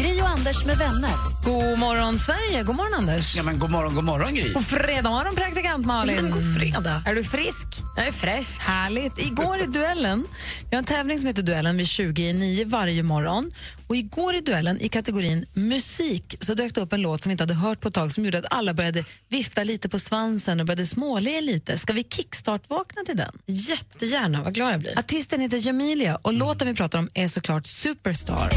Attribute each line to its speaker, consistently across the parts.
Speaker 1: Gri och Anders med vänner.
Speaker 2: God morgon, Sverige. God morgon, Anders.
Speaker 3: Ja, men god morgon, god morgon Gry.
Speaker 2: God fredag morgon, praktikant Malin. God fredag. Är du frisk?
Speaker 4: Jag är frisk.
Speaker 2: Härligt. Igår i duellen, vi har en tävling som heter Duellen vid 20 i 9 varje morgon. Och igår i duellen i kategorin musik så dök det upp en låt som vi inte hade hört på ett tag som gjorde att alla började vifta lite på svansen och började småle lite. Ska vi kickstart-vakna till den?
Speaker 4: Jättegärna, vad glad jag blir.
Speaker 2: Artisten heter Jamelia och låten vi pratar om är såklart Superstar.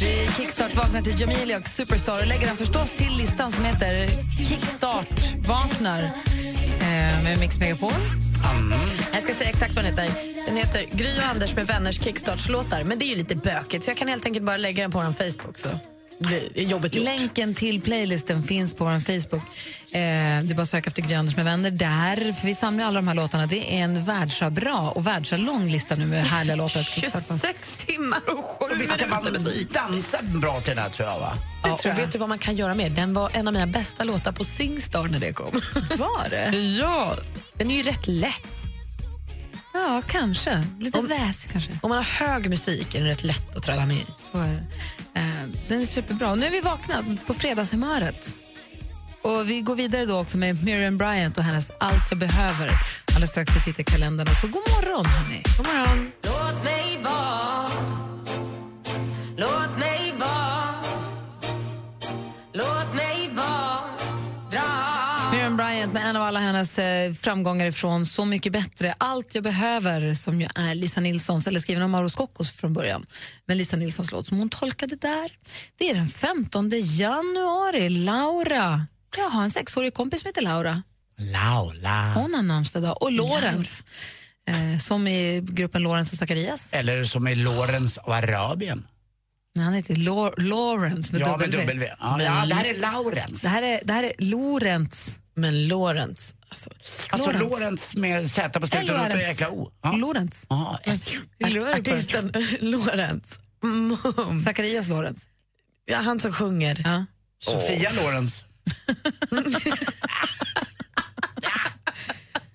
Speaker 2: Vi kickstart-vaknar till Jamelia och Superstar och lägger den förstås till listan som heter Kickstart-vaknar eh, med Mix Megapol. Mm.
Speaker 4: Jag ska säga exakt vad den heter. Den heter Gry och Anders med vänners kickstartslåtar. Men det är ju lite bökigt så jag kan helt enkelt bara lägga den på vår Facebook så blir jobbet gjort.
Speaker 2: Länken till playlisten finns på vår Facebook. Eh, det är bara att söka efter Gry Anders med vänner där. För vi samlar alla de här låtarna. Det är en världsabra och världsalång lista nu med härliga låtar. att kickstarta.
Speaker 4: 26 timmar och 7
Speaker 3: Och Visst
Speaker 4: minuter
Speaker 3: kan man
Speaker 4: musik.
Speaker 3: dansa bra till den här tror jag va?
Speaker 4: Ja, och vet du vad man kan göra med den? var en av mina bästa låtar på Singstar när det kom.
Speaker 2: Var det?
Speaker 4: Ja. Den är ju rätt lätt.
Speaker 2: Ja, kanske. Lite väs kanske.
Speaker 4: Om man har hög musik är den rätt lätt att träda med i.
Speaker 2: Så är det. Eh, Den är superbra. Nu är vi vakna på fredagshumöret. Och vi går vidare då också med Miriam Bryant och hennes Allt jag behöver. Alldeles strax vi tittar i kalendern också. God morgon, hörni.
Speaker 4: God morgon.
Speaker 5: Låt mig vara Låt mig vara Låt mig vara
Speaker 2: Miriam Bryant med en av alla hennes eh, framgångar ifrån Så mycket bättre, allt jag behöver som ju är Lisa Nilssons, eller skriven av Mauro Scoccos från början, men Lisa Nilssons låt som hon tolkade där. Det är den 15 januari. Laura, jag har en sexårig kompis som heter Laura.
Speaker 3: Laula.
Speaker 2: Hon har namnsdag idag. Och Lorentz, eh, som i gruppen Lorentz och Zacharias.
Speaker 3: Eller som i Lorens av Arabien.
Speaker 2: Nej, han heter Lor- Lawrence med
Speaker 3: Ja, med
Speaker 2: W.
Speaker 3: W. Ja, ja, det här är Laurens.
Speaker 2: Det här är, det här är Lorentz.
Speaker 4: Men Lorentz, alltså,
Speaker 3: Alltså
Speaker 2: Lorentz.
Speaker 3: Lorens med Z på slutet och ett
Speaker 2: Lorentz.
Speaker 3: jäkla O. Ja.
Speaker 2: Lorentz.
Speaker 3: Ja, S.
Speaker 2: Hur lurar du på det?
Speaker 4: artisten Lorentz. Mm.
Speaker 2: Zacharias Lorentz.
Speaker 4: Ja, han som sjunger.
Speaker 2: Ja.
Speaker 3: Sofia Lorens.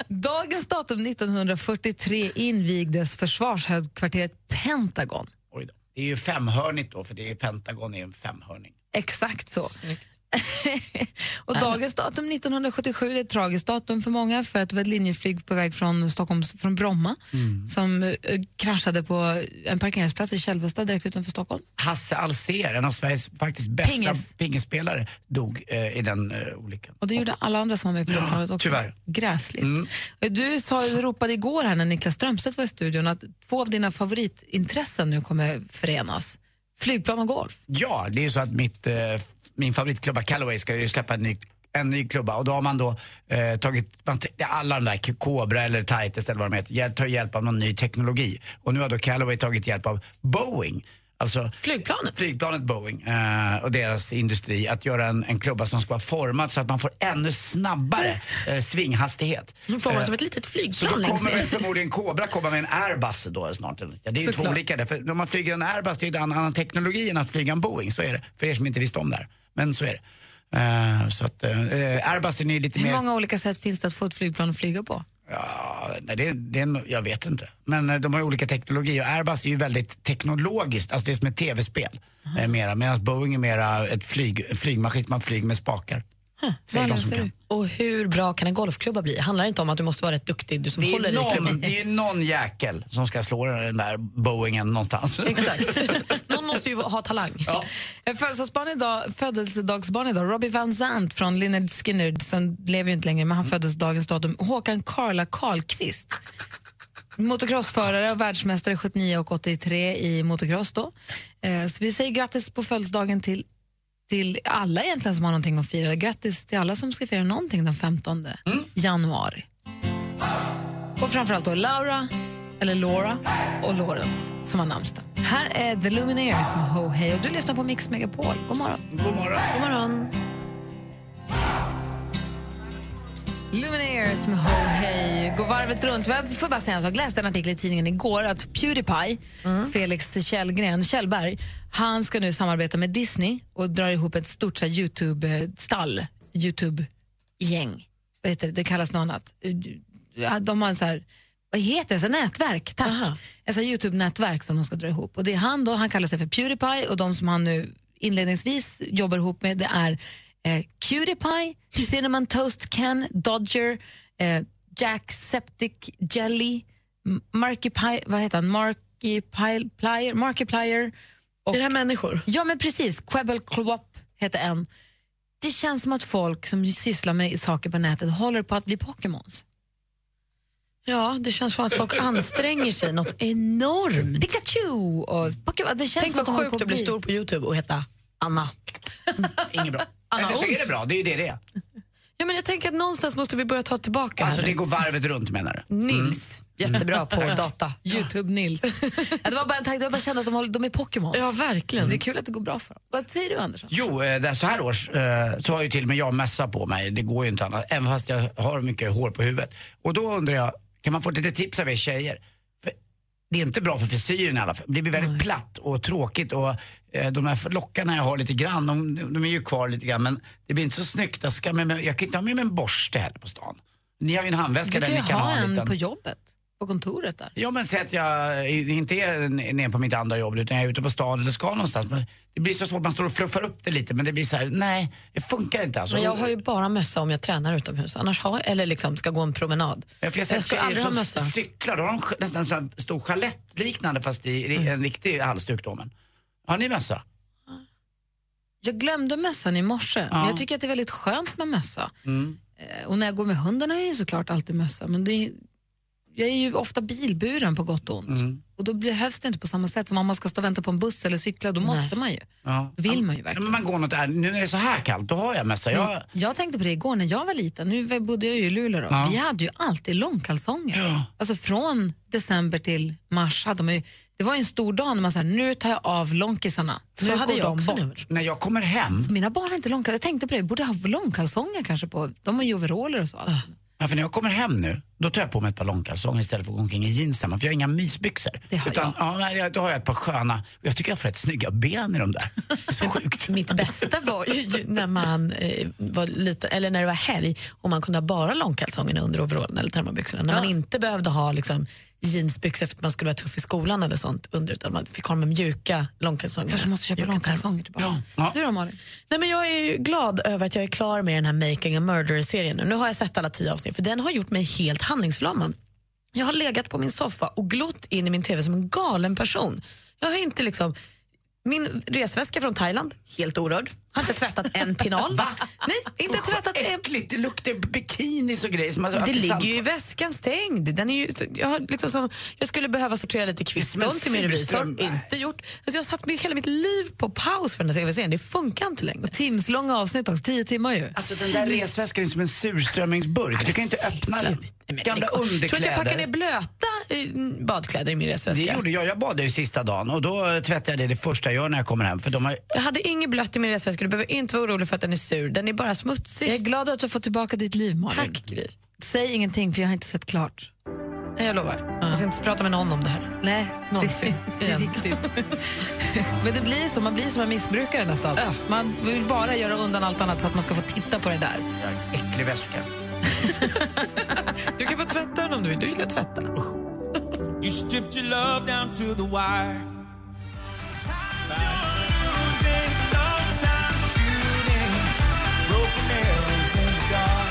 Speaker 2: Dagens datum 1943 invigdes försvarshögkvarteret Pentagon.
Speaker 3: Oj då. Det är ju femhörnigt då, för det är Pentagon är en femhörning.
Speaker 2: Exakt så. och dagens datum 1977 det är ett tragiskt datum för många för att det var ett linjeflyg på väg från, Stockholms, från Bromma
Speaker 3: Mm.
Speaker 2: som eh, kraschade på en parkeringsplats i Kälvesta direkt utanför Stockholm.
Speaker 3: Hasse Alsér, en av Sveriges faktiskt bästa
Speaker 2: Pingis.
Speaker 3: pingisspelare, dog eh, i den eh, olyckan.
Speaker 2: Och det gjorde alla andra som var med på det planet också.
Speaker 3: tyvärr. Mm.
Speaker 2: Gräsligt. Du sa, ropade igår här när Niklas Strömstedt var i studion att två av dina favoritintressen nu kommer förenas. Flygplan och golf.
Speaker 3: Ja, det är ju så att mitt, eh, f- min favoritklubba Callaway ska ju släppa en ny, en ny klubba och då har man då eh, tagit man, te- alla de där Cobra eller Tightest eller vad de heter, hjäl- tar hjälp av någon ny teknologi. Och nu har då Callaway tagit hjälp av Boeing. Alltså
Speaker 4: Flygplanet?
Speaker 3: flygplanet Boeing eh, och deras industri att göra en, en klubba som ska vara formad så att man får ännu snabbare eh, svinghastighet.
Speaker 4: Får man
Speaker 3: Eh,
Speaker 4: som ett litet
Speaker 3: så då
Speaker 4: flygplan längst
Speaker 3: kommer väl
Speaker 4: ner.
Speaker 3: förmodligen Cobra komma med en Airbus då snart. eller? Ja, det är ju två
Speaker 2: Såklart.
Speaker 3: olika där. För när man flyger en Airbus, det är ju en annan teknologi än att flyga en Boeing. Så är det. För er som inte visste om det här. Men så är det. Eh, så att eh, Airbus är ju lite
Speaker 2: Hur
Speaker 3: mer...
Speaker 2: många olika sätt finns det att få ett flygplan att flyga på?
Speaker 3: Ja, nej, det, det är, nog- jag vet inte. Men eh, de har ju olika teknologi och Airbus är ju väldigt teknologiskt, alltså det är som ett tv-spel. Eh, mera, Medan Boeing är mera ett flyg, en flygmaskin, man flyger med spakar. Säger de
Speaker 2: vad
Speaker 3: som
Speaker 2: läser
Speaker 3: kan.
Speaker 2: du?
Speaker 4: Och hur bra kan en golfklubba bli? Handlar det inte om att du måste vara rätt duktig, du som
Speaker 3: Det
Speaker 4: håller
Speaker 3: är,
Speaker 4: i klubban?
Speaker 3: någon, det är ju någon jäkel som ska slå den där Boeingen någonstans.
Speaker 4: Exakt. Någon måste ju ha talang.
Speaker 2: Eh, Födelsedagsbarn idag, födelsedagsbarn idag, Robbie Van Zandt från Lynyrd Skynyrd, som lever ju inte längre, men han föddes dagens datum. Håkan Karla Karlqvist. Motocrossförare och världsmästare 79 och 83 i motocross. Då. Eh, Så vi säger grattis på födelsedagen till, till alla egentligen som har någonting att fira. Grattis till alla som ska fira någonting den 15 januari. Och framförallt då Laura, eller Laura och Lawrence som har namnsdag. Här är The Lumineers med Ho Hey och du lyssnar på Mix Megapol. God morgon.
Speaker 3: God morgon.
Speaker 4: God morgon.
Speaker 2: Lumineers med Ho Hey. Gå varvet runt. Jag får bara säga en sak. Läste en artikel i tidningen igår att Pewdiepie, Felix Källgren, Kjellberg, han ska nu samarbeta med Disney och drar ihop ett stort så här, Youtube-stall, Youtube-gäng. Vad heter det? det kallas något annat. Ja, De har en så här, vad heter det? Så här, nätverk, tack. Ett så här Youtube-nätverk som de ska dra ihop. Och det är han då, han kallar sig för Pewdiepie och de som han nu inledningsvis jobbar ihop med det är eh, Cutie-Pie, Cinnamon Toast Ken, Dodger, eh, Jack Septic Jelly, M- Markiplier, vad heter han? Markiplier, Markiplier och
Speaker 4: Är det här människor?
Speaker 2: Ja, men precis. Quebble Clop heter en. Det känns som att folk som sysslar med saker på nätet håller på att bli Pokémons.
Speaker 4: Ja, det känns som att folk anstränger sig något enormt.
Speaker 2: Pikachu och Pokémon. Det känns
Speaker 4: Tänk
Speaker 2: som att de
Speaker 4: vad
Speaker 2: håller
Speaker 4: sjukt
Speaker 2: på
Speaker 4: att bli stor på Youtube och heta Anna.
Speaker 3: Inget bra. Eller så är det bra, det är ju det det är.
Speaker 4: Ja, men jag tänker att någonstans måste vi börja ta tillbaka
Speaker 3: Alltså
Speaker 4: här
Speaker 3: det
Speaker 4: nu.
Speaker 3: går varvet runt menar du? Mm.
Speaker 4: Nils, jättebra på data.
Speaker 2: Youtube-Nils. Ja, det var bara en tanke, jag bara kände att de, håller, de är Pokémons.
Speaker 4: Ja, verkligen.
Speaker 2: Det är kul att det går bra för dem. Vad säger du, Andersson?
Speaker 3: Jo, eh, det här- så här års eh, så har ju till och med jag mössa på mig. Det går ju inte annat. Även fast jag har mycket hår på huvudet. Och då undrar jag, kan man få lite tips av er tjejer? För det är inte bra för frisyren i alla fall. Det blir väldigt platt och tråkigt och eh, de här lockarna jag har lite grann, de, de är ju kvar lite grann men det blir inte så snyggt. Jag, ska med, mig- jag kan inte ha med mig en borste heller på stan. Ni har ju en
Speaker 2: Du
Speaker 3: handväska där
Speaker 2: kan
Speaker 3: ni
Speaker 2: ju
Speaker 3: kan
Speaker 2: ha
Speaker 3: ha
Speaker 2: en
Speaker 3: liten.
Speaker 2: på jobbet, på kontoret där.
Speaker 3: Ja men säg att jag inte är nere på mitt andra jobb utan jag är ute på stan eller ska någonstans. Men det blir så svårt, man står och fluffar upp det lite men det blir så här, nej, det funkar inte alltså.
Speaker 4: Men jag har ju bara mössa om jag tränar utomhus. Annars har eller liksom ska gå en promenad.
Speaker 3: Ja, för jag har
Speaker 4: jag
Speaker 3: sett
Speaker 4: ska
Speaker 3: tjejer
Speaker 4: aldrig ha
Speaker 3: som
Speaker 4: mössa.
Speaker 3: cyklar, då har de sk- nästan så här stor skalettliknande fast i i
Speaker 4: Mm.
Speaker 3: en riktig halsduk då men. Har ni mössa?
Speaker 2: Jag glömde mössan i morse, men jag tycker att det är väldigt skönt med mössa. Eh, Och när jag går med hunden har jag ju såklart alltid mössa, men det är, jag är ju ofta bilburen på gott och ont. Och då behövs det inte på samma sätt som om man ska stå och vänta på en buss eller cykla, då måste man ju.
Speaker 3: Ja.
Speaker 2: Vill man ju
Speaker 3: Ja,
Speaker 2: verkligen.
Speaker 3: men man går något där, nu när det är så här kallt, då har jag mössa.
Speaker 4: Mm.
Speaker 3: Jag,
Speaker 2: Jag tänkte på det igår när jag var liten, nu bodde jag ju i Luleå då.
Speaker 3: Ja.
Speaker 2: Vi hade ju alltid långkalsonger. Alltså från december till mars hade man ju, det var ju en stor dag när man sa nu tar jag av långkisarna.
Speaker 4: Så
Speaker 2: nu
Speaker 4: hade
Speaker 2: går
Speaker 4: jag
Speaker 2: de
Speaker 4: också
Speaker 2: bort.
Speaker 4: nu.
Speaker 3: när jag kommer hem,
Speaker 2: Mina barn har inte långkalsonger. Jag tänkte på det, vi borde ha långkalsonger kanske på. De har ju overaller och så.
Speaker 3: ja, för när jag kommer hem nu, då tar jag på mig ett par långkalsonger istället för att gå omkring i jeans hemma, för jag har inga mysbyxor.
Speaker 2: Det har
Speaker 3: Utan, ja, nej, jag- då har jag ett par sköna, jag tycker jag får rätt snygga ben i de där. Det är så sjukt.
Speaker 4: Mitt bästa var ju ju när man eh, var liten, eller när det var helg och man kunde ha bara långkalsongerna under overallen eller termobyxorna. När man inte behövde ha liksom, jeansbyxor för att man skulle vara tuff i skolan eller sånt under utan man fick ha de mjuka långkalsongerna.
Speaker 2: Kanske måste köpa
Speaker 4: Mjuka
Speaker 2: långkalsonger tillbaka.
Speaker 3: Ja.
Speaker 2: Du då Malin?
Speaker 4: Nej, men jag är ju glad över att jag är klar med den här Making a Murderer-serien. nu. Nu har jag sett alla tio avsnitt, för den har gjort mig helt handlingsförlamad. Jag har legat på min soffa och glott in i min tv som en galen person. Jag har inte liksom... Min resväska från Thailand, helt orörd. Har inte tvättat en pinal. Nej, inte
Speaker 3: Usch, vad
Speaker 4: tvättat en...
Speaker 3: äckligt, det luktar bikinis och grejer. Som man- att
Speaker 4: Det ligger
Speaker 3: sant-
Speaker 4: ju i väskan stängd. Den är ju, jag, har liksom som, jag skulle behöva sortera lite
Speaker 3: Det är
Speaker 4: kvitton
Speaker 3: som
Speaker 4: till
Speaker 3: en
Speaker 4: min revisor.
Speaker 3: surströmming.
Speaker 4: Inte gjort. Alltså jag har satt mitt- hela mitt liv på paus för den här tv-serien. Det funkar inte längre.
Speaker 2: Timslånga avsnitt också, tio timmar ju.
Speaker 3: Alltså den där resväskan är som en surströmmingsburk. Du kan inte öppna den. Gamla
Speaker 4: Tror att jag packade ner
Speaker 3: underkläder.
Speaker 4: blöta eh, badkläder i min
Speaker 3: Det
Speaker 4: resväska?
Speaker 3: gjorde jag. Jag badade ju sista dagen och då eh, tvättade jag det det första jag gör när jag kommer hem. För de har,
Speaker 4: Jag hade inget blött i min resväska. Du behöver inte vara orolig för att den är sur. Den är bara smutsig.
Speaker 2: Jag är glad att du får tillbaka ditt liv Malin.
Speaker 4: Tack, Gry.
Speaker 2: Säg ingenting för jag har inte sett klart.
Speaker 4: Nej, Jag lovar. Jag ska inte prata med någon om det här.
Speaker 2: Nej,
Speaker 4: Någonsin.
Speaker 2: Det är viktigt. Men det blir så, man blir som en missbrukare nästan. Man vill bara göra undan allt annat så att man ska få titta på det där.
Speaker 3: äcklig väska.
Speaker 4: Du kan få tvätta den om du vill. Du gillar att tvätta.
Speaker 6: You stripped your love down to the wire.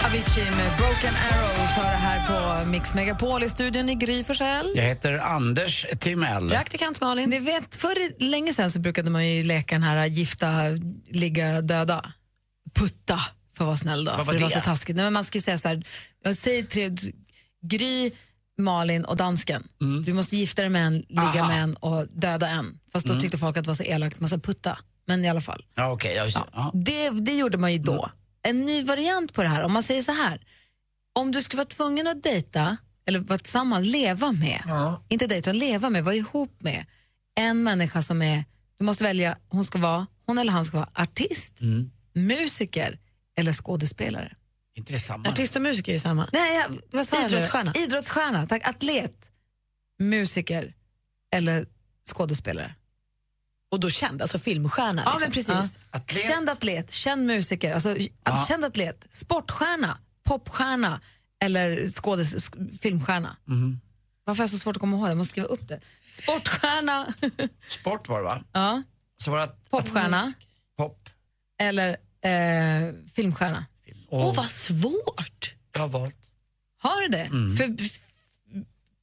Speaker 2: Avicii med Broken Arrows har det här på Mix Megapol i studion i Gry Forssell.
Speaker 3: Jag heter Anders Timell.
Speaker 2: Praktikant Malin. Ni vet, förr i- länge sedan så brukade man ju leka den här äh, gifta, ligga, döda. Putta, för att vara snäll då.
Speaker 3: Vad
Speaker 2: för
Speaker 3: var
Speaker 2: det var
Speaker 3: det?
Speaker 2: så taskigt. Nej, men man skulle säga så här, jag säger tre, d- Gry, Malin och dansken. Du måste gifta dig med en, ligga
Speaker 3: Mm. Aha. Mm.
Speaker 2: med en och döda en. Fast då tyckte folk att det var så elakt, man sa putta. Men i alla fall.
Speaker 3: Ja, okej. jag- ja.
Speaker 2: Det, det gjorde man ju då. En ny variant på det här, om man säger så här. Om du skulle vara tvungen att dejta eller vara tillsammans, leva med, inte dejta, utan leva med, vara ihop med en människa som är, du måste välja, hon ska vara, hon eller han ska vara artist, musiker eller skådespelare.
Speaker 3: Inte det samma?
Speaker 4: Artist och musiker är ju samma.
Speaker 2: Nej, jag, vad sa jag nu?
Speaker 4: Idrottsstjärna.
Speaker 2: Idrottsstjärna, tack. Atlet, musiker eller skådespelare.
Speaker 4: Och då känd, alltså filmstjärna.
Speaker 2: Ja,
Speaker 4: liksom.
Speaker 2: men precis.
Speaker 3: Atlet.
Speaker 2: Känd atlet, känd musiker, alltså, att-
Speaker 3: Ja.
Speaker 2: känd atlet, sportstjärna, popstjärna eller skådes, sk- filmstjärna. Varför är det så svårt att komma ihåg? Jag måste skriva upp det. Sportstjärna,
Speaker 3: Sport var det va?
Speaker 2: ja.
Speaker 3: Så var det att-
Speaker 2: popstjärna
Speaker 3: pop.
Speaker 2: eller eh, filmstjärna.
Speaker 4: Åh, vad svårt!
Speaker 3: Bra valt.
Speaker 2: Har du det? För f-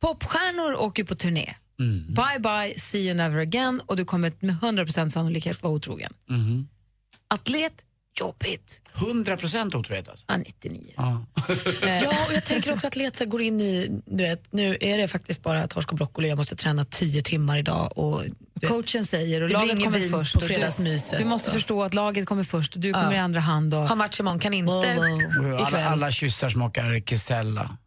Speaker 2: popstjärnor åker ju på turné. Bye bye, see you never again och du kommer med 100% sannolikhet vara otrogen. Atlet, jobbigt.
Speaker 3: 100 procent otrohet alltså.
Speaker 2: Ja, 99.
Speaker 3: Ja.
Speaker 2: Eh.
Speaker 4: Ja, och jag tänker också att Leta går in i, du vet, nu är det faktiskt bara torsk och broccoli, jag måste träna tio timmar idag och du vet,
Speaker 2: Coachen säger och
Speaker 4: Det blir
Speaker 2: laget
Speaker 4: ingen
Speaker 2: kommer
Speaker 4: vin
Speaker 2: först.
Speaker 4: på
Speaker 2: och du-
Speaker 4: fredagsmyset.
Speaker 2: Du måste förstå att laget kommer först och du kommer i andra hand. Och,
Speaker 4: ha match imorgon, kan inte
Speaker 2: Wow, wow.
Speaker 3: Alla,
Speaker 4: ikväll.
Speaker 3: alla kyssar smakar kesella.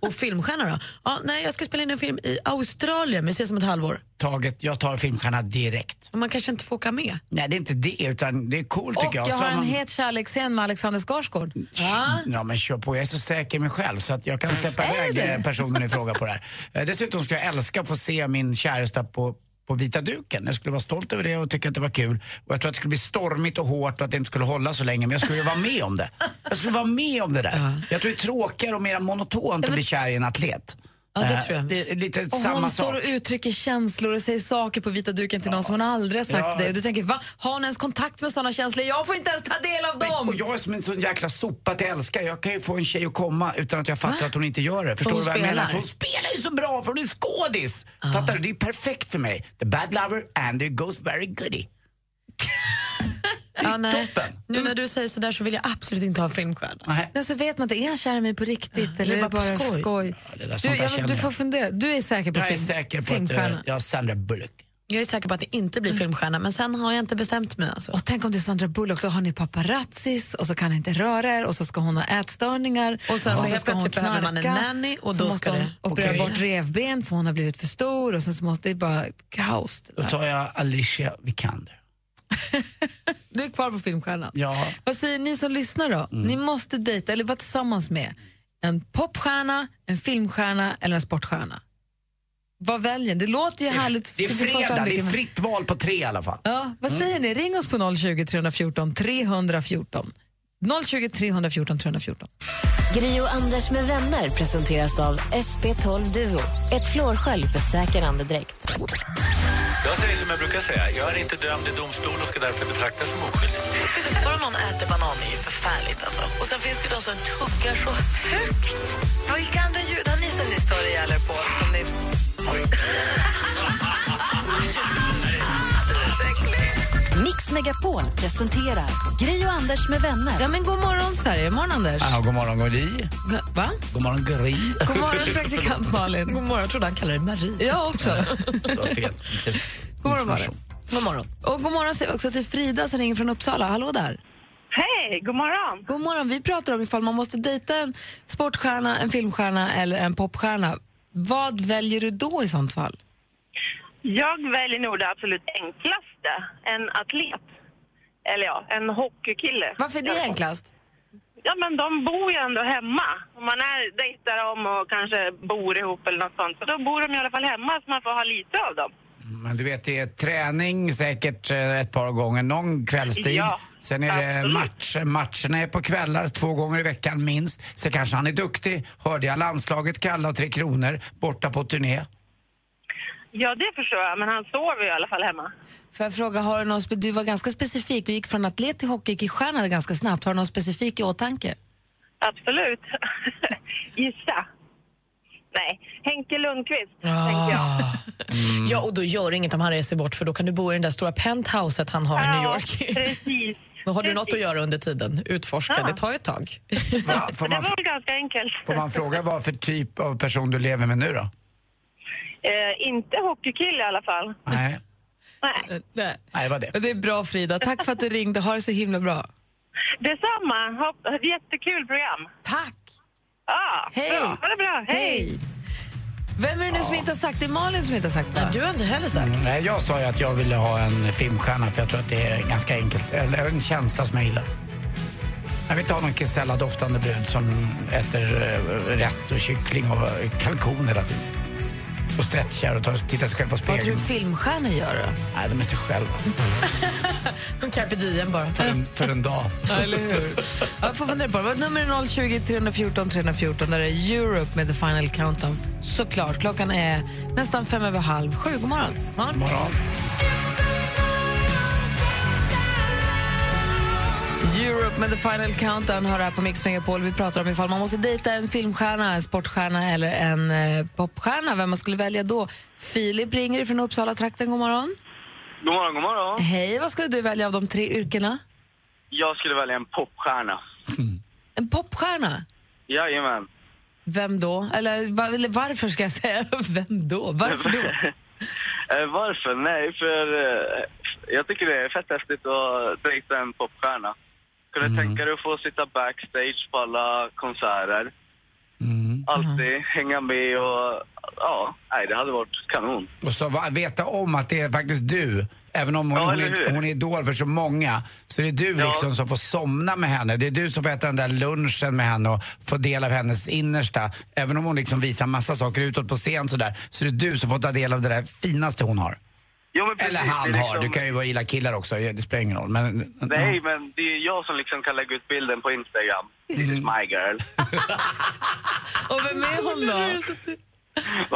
Speaker 4: Och filmstjärna då? Ja, nej, jag ska spela in en film i Australien, vi ses om ett halvår.
Speaker 3: Taget, jag tar filmstjärna direkt.
Speaker 4: Men man kanske inte får åka med.
Speaker 3: Nej, det är inte det, utan det är coolt
Speaker 2: och
Speaker 3: tycker jag.
Speaker 2: jag har
Speaker 3: Så
Speaker 2: en
Speaker 3: man-
Speaker 2: het kärleksscen med Alexander Skarsgård. Ja.
Speaker 3: Ja men kör på, jag är så säker i mig själv så att jag kan släppa iväg eh, personen i fråga på det här. Eh, Dessutom skulle jag älska att få se min käresta på på vita duken. Jag skulle vara stolt över det och tycka att det var kul. Och jag tror att det skulle bli stormigt och hårt och att det inte skulle hålla så länge men jag skulle ju vara med om det. Jag skulle vara med om det där. Jag tror det är tråkigare och mer monotont att bli kär i en atlet.
Speaker 4: Ja, det
Speaker 3: Eh,
Speaker 4: tror jag.
Speaker 3: Det är lite
Speaker 2: Och
Speaker 3: samma
Speaker 2: hon
Speaker 3: sak.
Speaker 2: står och uttrycker känslor och säger saker på vita duken till någon som hon aldrig har sagt
Speaker 3: Ja.
Speaker 2: till dig. Och du tänker, va? Har hon ens kontakt med sådana känslor? Jag får inte ens ta del av
Speaker 3: Nej, Och
Speaker 2: dem!
Speaker 3: jag är som en sån jäkla sopa att jag älskar. Jag kan ju få en tjej att komma utan att jag fattar att hon inte gör det. Förstår
Speaker 4: hon
Speaker 3: du vad jag menar?
Speaker 4: spelar.
Speaker 3: För hon spelar ju så bra för hon är skådis.
Speaker 2: Ah.
Speaker 3: Fattar du? Det är perfekt för mig. The bad lover and the ghost very goody.
Speaker 4: Ja, nej. Nu när du säger sådär så vill jag absolut inte ha filmstjärna.
Speaker 3: Nej.
Speaker 2: Men så vet man inte, är han kär i mig på riktigt eller
Speaker 4: det
Speaker 2: är det
Speaker 4: är bara
Speaker 2: bara
Speaker 4: på
Speaker 2: skoj?
Speaker 4: skoj.
Speaker 3: det där sånt
Speaker 2: du,
Speaker 3: där
Speaker 2: jag,
Speaker 3: känner
Speaker 2: du
Speaker 3: jag.
Speaker 2: får fundera. Du är säker på
Speaker 3: Jag är
Speaker 2: film,
Speaker 3: säker på att eh,
Speaker 2: filmstjärna?
Speaker 3: jag har Sandra Bullock.
Speaker 4: Jag är säker på att det inte
Speaker 2: Mm.
Speaker 4: blir filmstjärna, men sen har jag inte bestämt mig. Alltså.
Speaker 2: Och tänk om det är Sandra Bullock, då har ni paparazzis och så kan ni inte röra er och så ska hon ha ätstörningar.
Speaker 4: Och sen så helt
Speaker 2: ska hon
Speaker 4: plötsligt behöver man en
Speaker 2: knarka,
Speaker 4: nanny och
Speaker 2: så
Speaker 4: då
Speaker 2: måste
Speaker 4: ska
Speaker 2: hon
Speaker 4: det-
Speaker 2: operera
Speaker 3: Okej.
Speaker 2: bort revben för hon har blivit för stor och sen så måste det bara kaos. det
Speaker 3: Då
Speaker 2: där.
Speaker 3: tar jag Alicia Vikander.
Speaker 2: Du är kvar på filmstjärnan.
Speaker 3: Ja.
Speaker 2: Vad säger ni som lyssnar då? Ni måste dejta eller vara tillsammans med en popstjärna, en filmstjärna eller en sportstjärna. Vad väljer ni? Det låter ju härligt.
Speaker 3: Det är
Speaker 2: så vi får
Speaker 3: fredag,
Speaker 2: fram
Speaker 3: det är
Speaker 2: vilken-
Speaker 3: fritt val på tre i alla fall.
Speaker 2: Ja, vad säger ni? Ring oss på 020 314 314. 020 314 314.
Speaker 1: Gri och Anders med vänner presenteras av SP12 Duo. Ett flårskölj för säker andedräkt.
Speaker 7: Jag säger som jag brukar säga, jag är inte dömd i domstol och ska därför betraktas som oskyldig.
Speaker 4: Bara någon äter banan är ju förfärligt. Alltså. Och sen finns det de som tuggar så högt. Vilka andra ljud har ni som ni står ihjäl er på? Som ni...
Speaker 1: Mix Megapol presenterar Gri och Anders med vänner.
Speaker 2: Ja, men god morgon, Sverige. God morgon, Anders.
Speaker 3: Ja, god morgon Gry.
Speaker 2: Va?
Speaker 3: God morgon Gry.
Speaker 2: God morgon, praktikant Malin.
Speaker 4: God morgon, jag trodde han kallade dig Marie.
Speaker 2: Jag också.
Speaker 3: Vad fel. Inte-
Speaker 2: God morgon, Malin.
Speaker 4: God morgon.
Speaker 2: Och god morgon säger vi också till Frida som ringer från Uppsala. Hallå där.
Speaker 8: Hej, god morgon.
Speaker 2: God morgon. Vi pratar om ifall man måste dejta en sportstjärna, en filmstjärna eller en popstjärna. Vad väljer du då i sånt fall?
Speaker 8: Jag väljer nog det absolut enklaste. En atlet. Eller ja, en hockeykille.
Speaker 2: Varför är det enklast?
Speaker 8: Ja, men de bor ju ändå hemma. Om man är, dejtar om och kanske bor ihop eller något sånt. Så då bor de i alla fall hemma så man får ha lite av dem.
Speaker 3: Men du vet, det är träning säkert eh, ett par gånger, någon kvällstid.
Speaker 8: Ja,
Speaker 3: Sen är det
Speaker 8: absolut.
Speaker 3: match, matcherna är på kvällar, två gånger i veckan minst. Så kanske han är duktig. Hörde jag landslaget kalla och Tre Kronor borta på turné.
Speaker 8: Ja, det förstår jag. Men han sover ju i alla fall hemma.
Speaker 2: För jag fråga, har du, någon, spe- du var ganska specifik. Du gick från atlet till hockeystjärna ganska snabbt. Har du någon specifik i åtanke?
Speaker 8: Absolut. Gissa. Nej, Henke Lundqvist,
Speaker 4: Ah,
Speaker 8: tänker jag.
Speaker 4: Mm. Ja, och då gör det inget om han reser bort för då kan du bo i den där stora penthouset han har i New York.
Speaker 8: Ja, precis.
Speaker 4: Då har du
Speaker 8: Precis.
Speaker 4: något att göra under tiden. Utforska,
Speaker 8: Ja.
Speaker 4: det tar ju ett tag.
Speaker 3: Va, får,
Speaker 8: Det
Speaker 3: man,
Speaker 8: var väl ganska enkelt.
Speaker 3: får man fråga vad för typ av person du lever med nu då?
Speaker 8: Eh, inte hockeykille i alla fall.
Speaker 3: Nej,
Speaker 8: Nej.
Speaker 2: Nej.
Speaker 3: Nej vad det.
Speaker 2: Det är bra, Frida. Tack för att du ringde. Ha det så himla bra.
Speaker 8: Detsamma. Ha ha ett jättekul program.
Speaker 2: Tack!
Speaker 8: Ja,
Speaker 2: Hej.
Speaker 8: bra. Ha det bra. Hej!
Speaker 2: Vem är det nu som inte har sagt? Det är Malin som inte har sagt det.
Speaker 4: Du har inte heller sagt.
Speaker 3: Mm, Nej, jag sa ju att jag ville ha en filmstjärna för jag tror att det är ganska enkelt. Eller en känsla som jag gillar. Jag vill inte ha någon Kistella-doftande brud som äter eh, rätt och kyckling och eh, kalkon hela tiden. Och stretchar och tar, tittar sig själv på
Speaker 2: Vad tror
Speaker 3: spegeln.
Speaker 2: du filmstjärnor gör då?
Speaker 3: Nej, de är sig själva.
Speaker 4: Från Carpe Diem bara.
Speaker 3: För en, för en dag.
Speaker 2: Ja, eller hur? Jag får fundera på det. Vårt nummer är 020 314 314. Där är Europe med The Final Countdown. Såklart. Klockan är nästan fem över halv sju. God morgon.
Speaker 3: Morgon.
Speaker 2: Europe med The Final Countdown hör här på Mix Megapol. Vi pratar om ifall man måste dejta en filmstjärna, en sportstjärna eller en eh, popstjärna. Vem man skulle välja då. Filip ringer från Uppsala trakten. God morgon.
Speaker 9: God morgon, god morgon.
Speaker 2: Hej, vad skulle du välja av de tre yrkena?
Speaker 9: Jag skulle välja en popstjärna.
Speaker 2: En popstjärna?
Speaker 9: Jajamän.
Speaker 2: Vem då? Eller, va, eller varför ska jag säga? Vem då? Varför då?
Speaker 9: Eh, Varför? Nej, för eh, jag tycker det är fett häftigt att dejta en popstjärna. Kunde tänka dig att få sitta backstage på alla konserter. Alltid hänga med och ja, nej det hade varit kanon.
Speaker 3: Och så va- veta om att det är faktiskt du. Även om hon,
Speaker 9: Ja,
Speaker 3: hon,
Speaker 9: eller
Speaker 3: är,
Speaker 9: hur?
Speaker 3: hon är idol för så många så är det du
Speaker 9: Ja.
Speaker 3: liksom som får somna med henne. Det är du som får äta den där lunchen med henne och få del av hennes innersta. Även om hon liksom visar massa saker utåt på scen sådär så är det du som får ta del av det där finaste hon har.
Speaker 9: Jo, men precis,
Speaker 3: Eller han
Speaker 9: det är liksom-
Speaker 3: har, du kan ju vara illa killar också, det spelar ingen roll. Men,
Speaker 9: Nej, men det är jag som liksom kan lägga ut bilden på Instagram. This
Speaker 2: Mm.
Speaker 9: is my girl.
Speaker 2: Och vem är hon då?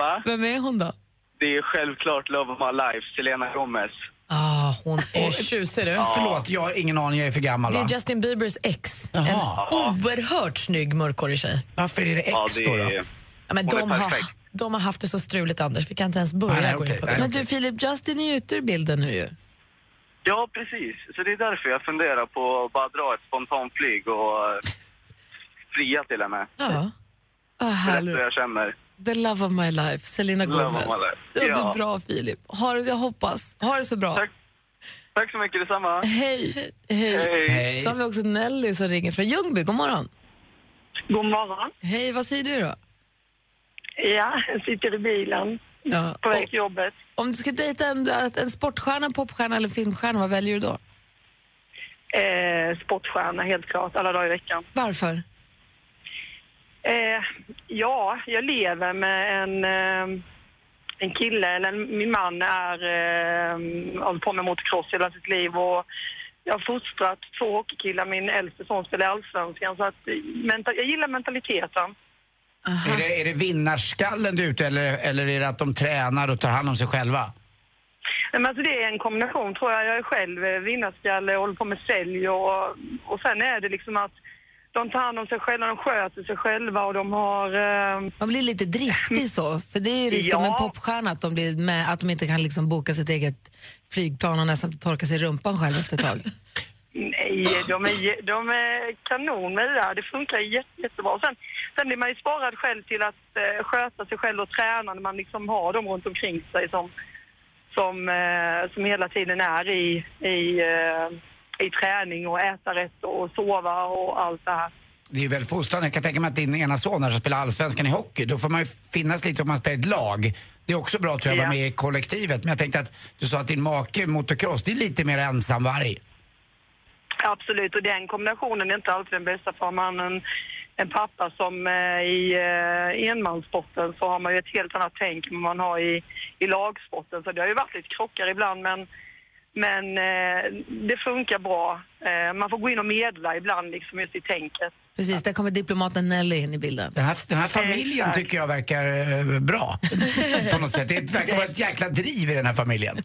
Speaker 9: Va?
Speaker 2: Vem är hon då?
Speaker 9: Det är självklart Love of my life, Selena Gomez.
Speaker 4: Ah, hon är tjusig du.
Speaker 3: Förlåt, jag har ingen aning, jag är för gammal
Speaker 4: Det
Speaker 3: va?
Speaker 4: är Justin Biebers ex.
Speaker 3: Jaha.
Speaker 4: En oerhört snygg mörkhårig tjej.
Speaker 3: Varför är det ex
Speaker 9: Ja, det
Speaker 3: då? då?
Speaker 9: är-
Speaker 4: Ja, men
Speaker 9: Hon är
Speaker 4: de, har,
Speaker 9: perfekt.
Speaker 4: de har haft det så struligt, Anders. Vi kan inte ens börja
Speaker 3: Nej, nej,
Speaker 4: gå in
Speaker 3: okej,
Speaker 4: på
Speaker 3: nej.
Speaker 4: det.
Speaker 2: Men du Filip, Justin är ju ute ur bilden nu ju.
Speaker 9: Ja, precis. Så det är därför jag funderar på att bara dra ett spontanflyg och eh, fria till henne.
Speaker 4: Ja.
Speaker 2: Oh,
Speaker 9: Berätta hur
Speaker 2: härligt.
Speaker 9: jag känner.
Speaker 2: The love of my life, Selena
Speaker 9: Love of
Speaker 2: Gomez.
Speaker 9: my life.
Speaker 2: Ja, du är
Speaker 9: Ja.
Speaker 2: bra Filip. Ha det, jag hoppas. Ha det så bra.
Speaker 9: Tack. Tack så mycket, detsamma.
Speaker 2: Hej. Hej.
Speaker 3: Hej.
Speaker 2: Så har vi också Nelly som ringer från Ljungby. God morgon.
Speaker 10: God morgon.
Speaker 2: Hej, vad säger du då?
Speaker 10: Ja, jag sitter i bilen
Speaker 2: Ja.
Speaker 10: på väg
Speaker 2: Och,
Speaker 10: till jobbet.
Speaker 2: om du ska dejta en, en sportstjärna, popstjärna eller filmstjärna, vad väljer du då?
Speaker 10: Eh, sportstjärna helt klart, alla dagar i veckan.
Speaker 2: Varför?
Speaker 10: Eh, ja, jag lever med en, eh, en kille, eller min man är, eh, håller på med motocross hela sitt liv och jag har fostrat två hockeykillar, min äldste son spelar i Allsvenskan så att menta- jag gillar mentaliteten.
Speaker 3: Är det, är det vinnarskallen du är ute eller, eller är det att de tränar och tar hand om sig själva?
Speaker 10: Nej, Men alltså det är en kombination tror jag. Jag är själv eh, vinnarskalle och håller på med sälj och, och sen är det liksom att de tar hand om sig själva, de sköter sig själva och de har... Eh,
Speaker 2: Man blir lite driftig så, för det är ju risken med en
Speaker 10: Ja.
Speaker 2: popstjärna att de, blir med, att de inte kan liksom boka sitt eget flygplan och nästan inte torka sig i rumpan själv efter ett tag.
Speaker 10: nej, de är, je- de är kanon med det där. Det funkar jätte, jättebra. Och Sen, sen blir man ju sparad själv till att eh, sköta sig själv och träna när man liksom har dem runt omkring sig som, som, eh, som hela tiden är i, i, eh, i träning och äta rätt och sova och allt det här.
Speaker 3: Det är ju väl fostran. Jag kan tänka mig att din ena son här som spelar allsvenskan i hockey, då får man ju finnas lite om man spelar i ett lag. Det är också bra tror jag, att vara
Speaker 10: Ja.
Speaker 3: med i kollektivet. Men jag tänkte att du sa att din make i motocross, det är lite mer ensamvarg.
Speaker 10: Absolut, och den kombinationen är inte alltid den bästa. För har man en, en pappa som eh, i eh, enmanssporten så har man ju ett helt annat tänk än man har i, i lagsporten. Så det har ju varit lite krockar ibland, men, men eh, det funkar bra. Eh, man får gå in och medla ibland, liksom just i tänket.
Speaker 2: Precis, där kommer diplomaten Nelly in i bilden.
Speaker 3: Den här, den här familjen tycker jag verkar eh, bra på något sätt. Det verkar vara ett jäkla driv i den här familjen.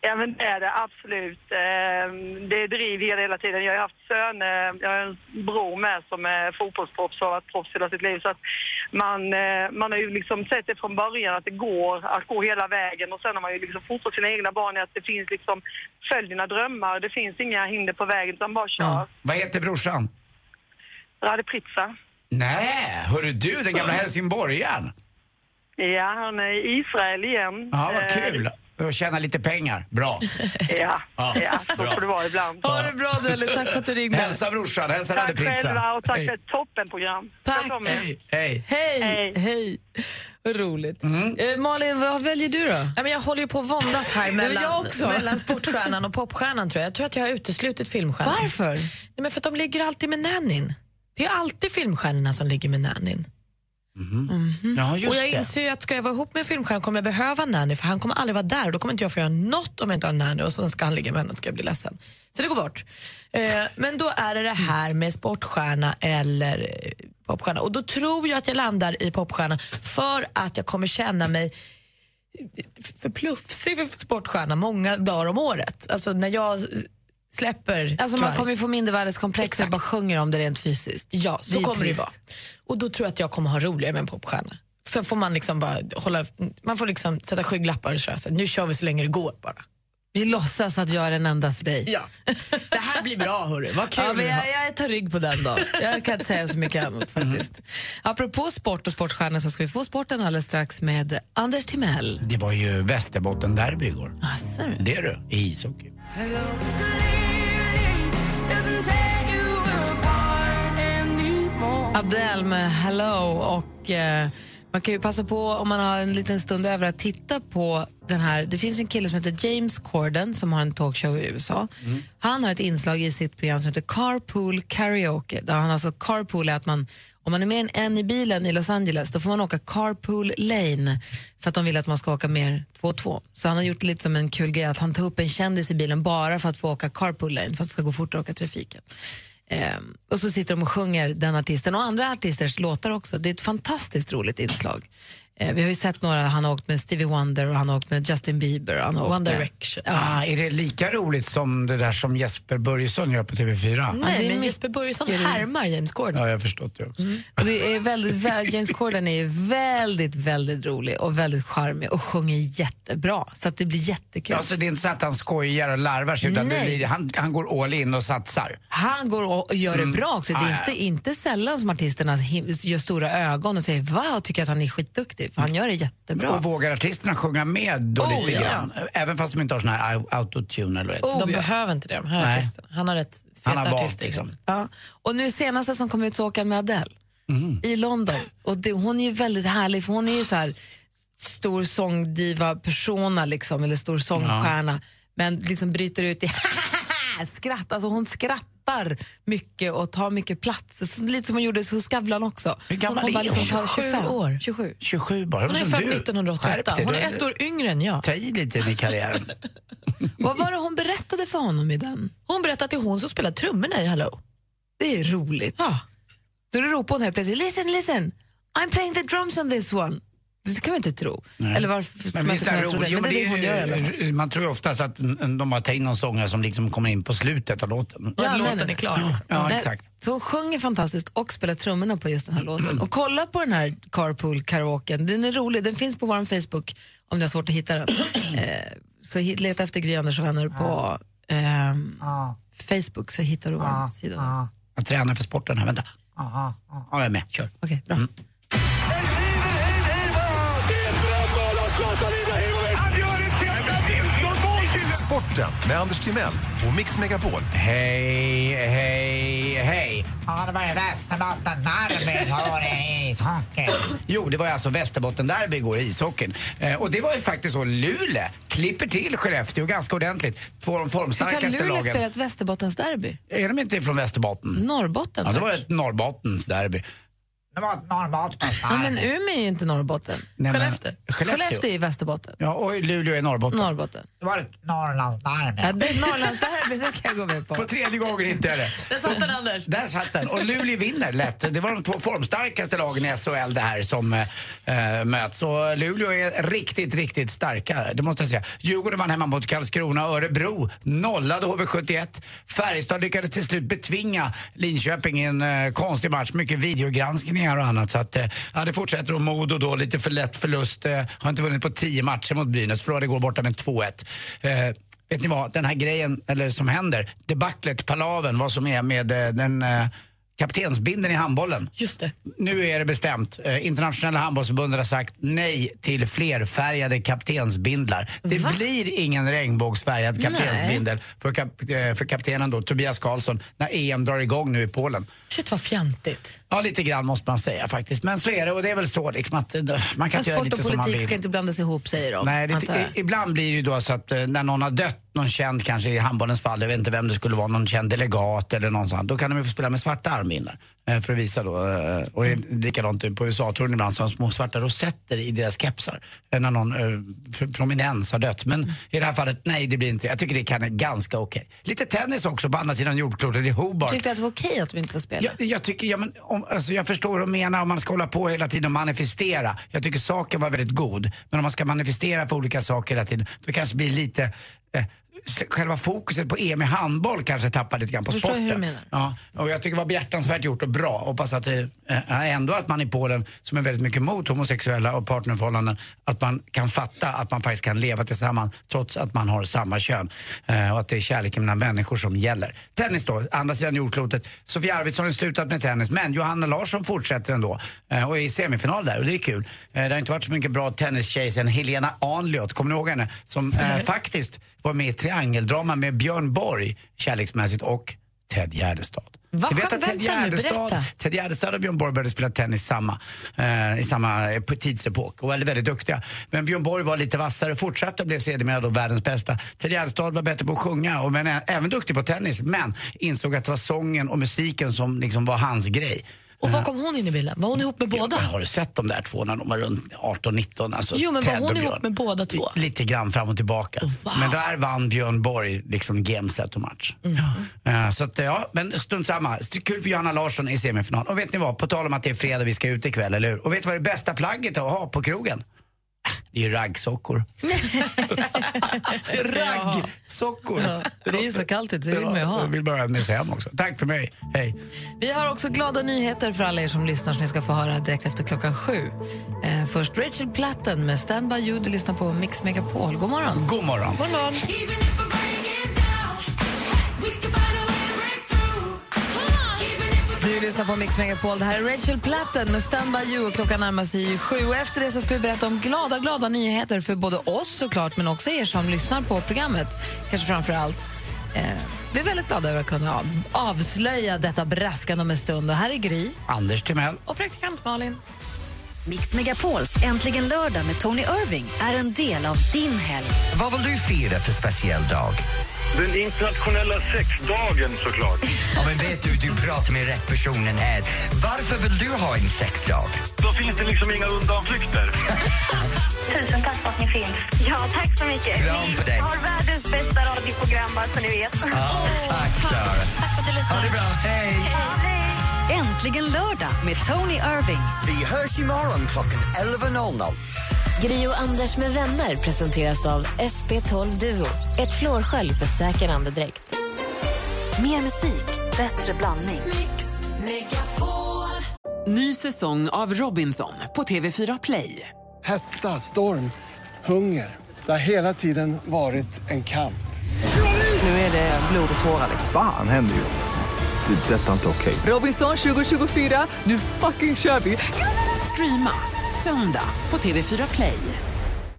Speaker 10: Ja, men det är det absolut. Eh, Det är driv hela, hela tiden. Jag har haft söner, jag har en bror med som är fotbollsproffs och har varit proffs hela sitt liv. Så att man, eh, man har ju liksom sett det från början att det går att gå hela vägen och sen har man ju liksom fostrat sina egna barn i att det finns liksom följ dina drömmar, det finns inga hinder på vägen utan bara kör.
Speaker 3: Vad heter brorsan?
Speaker 10: Rade Pritsa.
Speaker 3: Nej, hörru du, den gamla helsingborgaren.
Speaker 10: Ja, han är i Israel igen.
Speaker 3: Ja, vad
Speaker 10: Eh,
Speaker 3: kul. och tjäna lite pengar. Bra.
Speaker 10: Ehm, Ja,
Speaker 3: Ja,
Speaker 10: ja så
Speaker 3: bra.
Speaker 10: får det vara ibland.
Speaker 2: Ha det bra Nelly, tack för att du ringde.
Speaker 3: Hälsa brorsan, hälsa
Speaker 10: Tack
Speaker 3: Radepritsa.
Speaker 10: själva och tack
Speaker 3: Hej.
Speaker 10: för ett toppenprogram.
Speaker 2: Tack.
Speaker 10: Sköt om er.
Speaker 3: Hej.
Speaker 2: Hej! Hej! Vad roligt. Eh, Malin, vad väljer du då?
Speaker 4: Ja, men jag håller ju på att våndas här
Speaker 2: men
Speaker 4: mellan,
Speaker 2: jag också.
Speaker 4: mellan sportstjärnan och popstjärnan. Tror jag. jag tror att jag har uteslutit filmstjärnan.
Speaker 2: Varför?
Speaker 4: Nej, men för att de ligger alltid med nannyn. Det är alltid filmstjärnorna som ligger med nannyn.
Speaker 3: Ja,
Speaker 4: Och
Speaker 3: just
Speaker 4: jag
Speaker 3: det.
Speaker 4: inser ju att ska jag vara ihop med en filmstjärna kommer jag behöva en nanny för han kommer aldrig vara där och då kommer inte jag få göra något om jag inte har en nanny och så ska han ligga med henne och så ska jag bli ledsen. Så det går bort. Eh, men då är det det här med sportstjärna eller eh, popstjärna och då tror jag att jag landar i popstjärna för att jag kommer känna mig för plufsig för sportstjärna många dagar om året. Alltså när jag släpper
Speaker 2: Alltså man
Speaker 4: tyvärr.
Speaker 2: kommer ju få mindervärdeskomplex och bara sjunger om det rent fysiskt.
Speaker 4: Ja, så
Speaker 2: är
Speaker 4: kommer det ju
Speaker 2: trist.
Speaker 4: vara. Och då tror jag att jag kommer ha roligare med en popstjärna. Sen får man liksom bara hålla, man får liksom sätta skygglappar och köra så här, nu kör vi så länge det går bara.
Speaker 2: Vi låtsas att jag är den enda för dig.
Speaker 4: Ja. Det här blir bra hörru, vad kul
Speaker 2: Ja, men
Speaker 4: vi har.
Speaker 2: jag, jag tar rygg på den då. Jag kan inte säga så mycket annat faktiskt. Apropå sport och sportstjärnor så ska vi få sporten alldeles strax med Anders Timell.
Speaker 3: Det var ju Västerbotten-derby igår.
Speaker 2: Asså.
Speaker 3: Det är du, i ishockey.
Speaker 2: Adele med Hello och eh, man kan ju passa på om man har en liten stund över att titta på den här. Det finns ju en kille som heter James Corden som har en talkshow i USA. Han har ett inslag i sitt program som heter Carpool Karaoke. Där han alltså carpool är att man, om man är mer än en i bilen i Los Angeles då får man åka carpool lane för att de vill att man ska åka mer två och två. Så han har gjort lite som en kul grej att han tar upp en kändis i bilen bara för att få åka carpool lane för att det ska gå fort att åka trafiken. Ehm, och så sitter de och sjunger den artisten och andra artisters låtar också. Det är ett fantastiskt roligt inslag. Eh, vi har ju sett några, han har åkt med Stevie Wonder och han har åkt med Justin Bieber. och Han har
Speaker 4: One
Speaker 2: åkt med-
Speaker 4: Direction.
Speaker 3: Ah, är det lika roligt som det där som Jesper Börjesson gör på TV4?
Speaker 2: Ja, det
Speaker 4: Nej,
Speaker 2: är
Speaker 4: men
Speaker 2: mycket-
Speaker 4: Jesper Börjesson härmar James Corden.
Speaker 3: Ja, jag har förstått det också.
Speaker 2: Och Det är väldigt, vä- James Corden är ju väldigt, väldigt rolig och väldigt charmig och sjunger jättebra. Så att det blir jättekul.
Speaker 3: Ja, så alltså, det är inte så att han skojar och larvar sig utan det
Speaker 2: Nej.
Speaker 3: blir, han, han går all in och satsar.
Speaker 2: Han går och gör det bra också. Det
Speaker 3: Ah,
Speaker 2: är
Speaker 3: ja.
Speaker 2: inte, inte sällan som artisterna him- gör stora ögon och säger va och tycker att han är skitduktig. För han gör det jättebra.
Speaker 3: Och vågar artisterna sjunga med då
Speaker 2: Oh,
Speaker 3: lite
Speaker 2: ja.
Speaker 3: grann? Även fast de inte har sån här au- autotune eller vad det heter.
Speaker 4: De
Speaker 2: ja.
Speaker 4: behöver inte det, de här
Speaker 3: Nej.
Speaker 4: artisterna. Han har rätt
Speaker 3: Han
Speaker 4: feta
Speaker 3: har valt
Speaker 4: artister.
Speaker 3: liksom.
Speaker 2: Ja. Och nu senaste som kom ut så åker han med Adele
Speaker 3: Mhm.
Speaker 2: i London. Och det, hon är ju väldigt härlig för hon är ju så här stor sångdiva persona liksom, eller stor sångstjärna. Men liksom bryter ut i skratt. Alltså hon skrattar mycket och tar mycket plats. Så, lite som hon gjorde hos Skavlan också.
Speaker 3: Hur gammal
Speaker 2: hon
Speaker 3: är
Speaker 2: var liksom
Speaker 3: hon?
Speaker 2: 25
Speaker 4: år.
Speaker 2: 27.
Speaker 3: 27 bara.
Speaker 4: Hon är
Speaker 3: som
Speaker 4: född
Speaker 3: du.
Speaker 4: 1988,
Speaker 3: Skärp dig,
Speaker 4: hon
Speaker 3: du-
Speaker 4: är ett år yngre än jag.
Speaker 3: Ta i lite i karriären.
Speaker 2: Vad var det hon berättade för honom i den?
Speaker 4: Hon berättade att det är hon som spelar trummorna i Hello.
Speaker 2: Det är ju roligt. Ja. Då ropar hon helt plötsligt, listen, listen, I'm playing the drums on this one. Det kan man inte tro. Eller varför ska
Speaker 3: Men
Speaker 2: man
Speaker 3: visst
Speaker 2: inte
Speaker 3: är det
Speaker 2: kunna tro
Speaker 3: roligt?
Speaker 2: det?
Speaker 3: Jo,
Speaker 2: Men det är det hon gör. i alla fall.
Speaker 3: det- Man tror ju oftast att mm, de har tagit in någon sångare som liksom kommer in på slutet av låten.
Speaker 4: Ja,
Speaker 2: nej,
Speaker 4: låten
Speaker 2: nej, nej.
Speaker 4: är klar.
Speaker 3: Ja,
Speaker 2: Nej,
Speaker 3: exakt.
Speaker 2: Så hon sjunger fantastiskt och spelar trummorna på just den här låten. Och kolla på den här carpool karaoken. Den är rolig. Den finns på vår Facebook om det är svårt att hitta den. eh, så hit- leta efter Gry Anders och vänner på ehm, Facebook så hittar du vår sida. där.
Speaker 3: Jag tränar för sporten här, vänta. Ja, jag är med. Kör.
Speaker 2: Okej, bra.
Speaker 11: Sporten med Anders Timell och Mix Megapol.
Speaker 3: Hej, hej, hej.
Speaker 12: Ja, det var ju Västerbotten derby har det ishockey.
Speaker 3: Jo, det var ju alltså Västerbotten-derby igår i ishockeyn. Eh, och det var ju faktiskt så, Luleå klipper till Skellefteå ganska ordentligt. Två av de
Speaker 2: Hur kan
Speaker 3: formstarkaste
Speaker 2: Luleå spela
Speaker 3: lagen.
Speaker 2: ett Västerbottensderby?
Speaker 3: Är de inte från Västerbotten?
Speaker 2: Norrbotten?
Speaker 3: Ja, det var
Speaker 2: tack.
Speaker 3: ett Norrbottens derby.
Speaker 12: Det var ett Norrbottens
Speaker 2: Ja, men
Speaker 12: derby.
Speaker 2: Umeå är ju inte Norrbotten.
Speaker 3: Nej, men-
Speaker 2: Skellefteå.
Speaker 3: Skellefteå.
Speaker 2: Skellefteå är i Västerbotten.
Speaker 3: Ja, och Luleå är Norrbotten.
Speaker 2: Norrbotten.
Speaker 12: Det var ett Norrlands derby.
Speaker 2: Ja, det är Norrlandsderby, det kan jag gå med
Speaker 3: På
Speaker 2: på.
Speaker 3: tredje gången inte jag det.
Speaker 4: Där satt den Anders.
Speaker 3: Där satt den. Och Luleå vinner lätt. Det var de två formstarkaste lagen i SHL det här som eh, eh, möts. Och Luleå är riktigt, riktigt starka. Det måste jag säga. Djurgården vann hemma mot Karlskrona. Örebro nollade HV71. Färjestad lyckades till slut betvinga Linköping i en eh, konstig match. Mycket videogranskningar och annat. Så att, eh, ja, det fortsätter. Och Modo då, lite för lätt förlust. Eh, har inte vunnit på tio matcher mot Brynäs. Förlorade igår borta med 2-1. Eh, Vet ni vad, den här grejen, eller som händer, debaclet, palaven, vad som är med eh, den eh, kaptensbinden i handbollen.
Speaker 4: Just det.
Speaker 3: Nu är det bestämt. Eh, Internationella handbollsförbundet har sagt nej till flerfärgade kaptensbindlar. Det blir ingen regnbågsfärgad kaptensbindel för, kap, eh, för kaptenen då, Tobias Karlsson när EM drar igång nu i Polen.
Speaker 4: Shit vad fjantigt.
Speaker 3: Ja, lite grann måste man säga faktiskt. Men så är det och det är väl så liksom att eh, man kan
Speaker 2: Men
Speaker 3: göra
Speaker 2: sport
Speaker 3: lite
Speaker 2: och
Speaker 3: som man
Speaker 2: politik
Speaker 3: vill.
Speaker 2: ska inte blandas ihop, säger de.
Speaker 3: Nej,
Speaker 2: antar jag.
Speaker 3: det, i, ibland blir det ju då så att eh, när någon har dött, någon känd kanske i handbollens fall, jag vet inte vem det skulle vara, någon känd delegat eller någon sån, då kan de ju få spela med svarta armbindlar. eh, För att visa då, eh, och det är likadant på USA-touren ibland så har de små svarta rosetter i deras kepsar eh, när någon eh, pr- prominens har dött. Men i det här fallet, nej det blir inte det. Jag tycker det kan är ganska okej. Lite tennis också på andra sidan jordklotet, i Hobart.
Speaker 2: Tyckte du att det var okej att de inte får spela?
Speaker 3: Jag, jag, tycker, ja, men, om, alltså, jag förstår vad de menar om man ska hålla på hela tiden och manifestera. Jag tycker saken var väldigt god. Men om man ska manifestera för olika saker hela tiden, då kanske det blir lite... Eh, sl- själva fokuset på EM i handboll kanske tappar lite grann på
Speaker 2: Förstår
Speaker 3: sporten.
Speaker 2: hur du menar.
Speaker 3: Ja, och jag tycker det var behjärtansvärt gjort och bra. Hoppas att det, eh, ändå att man i Polen, som är väldigt mycket mot homosexuella och partnerförhållanden, att man kan fatta att man faktiskt kan leva tillsammans trots att man har samma kön. Eh, och att det är kärleken mellan människor som gäller. Tennis då, andra sidan jordklotet. Sofia Arvidsson har slutat med tennis, men Johanna Larsson fortsätter ändå. Eh, och är i semifinal där och det är kul. Eh, det har inte varit så mycket bra tennistjej sen Helena Ahnliot, kommer ni ihåg henne? Som eh, faktiskt var med i triangeldrama med Björn Borg, kärleksmässigt, och Ted Gärdestad.
Speaker 4: Va?
Speaker 3: Ni vet att
Speaker 4: Vänta
Speaker 3: Ted
Speaker 4: nu,
Speaker 3: Gärdestad,
Speaker 4: berätta.
Speaker 3: Ted Gärdestad och Björn Borg började spela tennis samma, eh, i samma eh, på tidsepok och var väldigt duktiga. Men Björn Borg var lite vassare och fortsatte och blev sedermera då världens bästa. Ted Gärdestad var bättre på att sjunga och men ä- även duktig på tennis men insåg att det var sången och musiken som liksom var hans grej.
Speaker 4: Och
Speaker 3: Eh,
Speaker 4: var kom hon in i bilden? Var hon ihop med båda?
Speaker 3: Har du sett de där två när de var runt 18-19? Alltså
Speaker 4: Jo, men var
Speaker 3: Ted
Speaker 4: hon
Speaker 3: och
Speaker 4: ihop
Speaker 3: Björn.
Speaker 4: med båda två?
Speaker 3: Li- Lite grann fram och tillbaka.
Speaker 2: Oh,
Speaker 3: Men där vann Björn Borg liksom gameset och match.
Speaker 2: Mm.
Speaker 3: Eh, Så att, eh, ja, men strunt samma. St- Kul för Johanna Larsson i semifinal. Och vet ni vad, på tal om att det är fredag vi ska ut ikväll, eller hur? Och vet ni vad det bästa plagget att ha på krogen? Ah, Det är ju raggsockor. Raggsockor.
Speaker 2: Ja, det är ju så kallt ute så jag vill man ju ha.
Speaker 3: Jag vill bara ha med sig hem också. Tack för mig. Hej.
Speaker 2: Vi har också glada nyheter för alla er som lyssnar som ni ska få höra direkt efter klockan sju. Eh, först Rachel Platten med Stand By You. Du lyssnar på Mix Megapol. God morgon.
Speaker 3: God morgon.
Speaker 2: God morgon. Du lyssnar på Mix Megapol. Det här är Rachel Platten med Stand By You. Och klockan närmar sig ju sju. Och efter det så ska vi berätta om glada, glada nyheter för både oss såklart, men också er som lyssnar på programmet. Kanske framför allt. Eh, vi är väldigt glada över att kunna av- avslöja detta braskande om en stund. Och här är Gry.
Speaker 3: Anders Timell.
Speaker 2: Och praktikant Malin.
Speaker 1: Mix Megapols Äntligen lördag med Tony Irving är en del av din helg.
Speaker 13: Vad vill du fira för speciell dag?
Speaker 7: Den internationella sexdagen såklart.
Speaker 13: Ja, men vet du, du pratar med rätt personen här. Varför vill du ha en sexdag?
Speaker 7: Då finns det liksom inga undanflykter.
Speaker 14: Tusen tack för att ni finns. Ja, tack så mycket.
Speaker 13: Kram på dig.
Speaker 14: Ni har världens bästa radioprogram, bara så ni vet.
Speaker 13: Ja, tack, Clara.
Speaker 14: Tack för att du lyssnade. Ha det bra. Hej.
Speaker 1: Äntligen lördag med Tony Irving.
Speaker 13: Vi hörs imorgon klockan 11.00.
Speaker 1: Gri och Anders med vänner presenteras av SP12 Duo. Ett flårskölj för säker andedräkt. Mer musik, bättre blandning.
Speaker 15: Ny säsong av Robinson på TV4 Play.
Speaker 16: Hetta, storm, hunger. Det har hela tiden varit en kamp.
Speaker 15: Nu är det blod och tårar. liksom.
Speaker 17: Fan händer just det. Det är detta inte okej.
Speaker 15: Robinson 2024, nu fucking kör vi! Streama söndag på TV4 Play.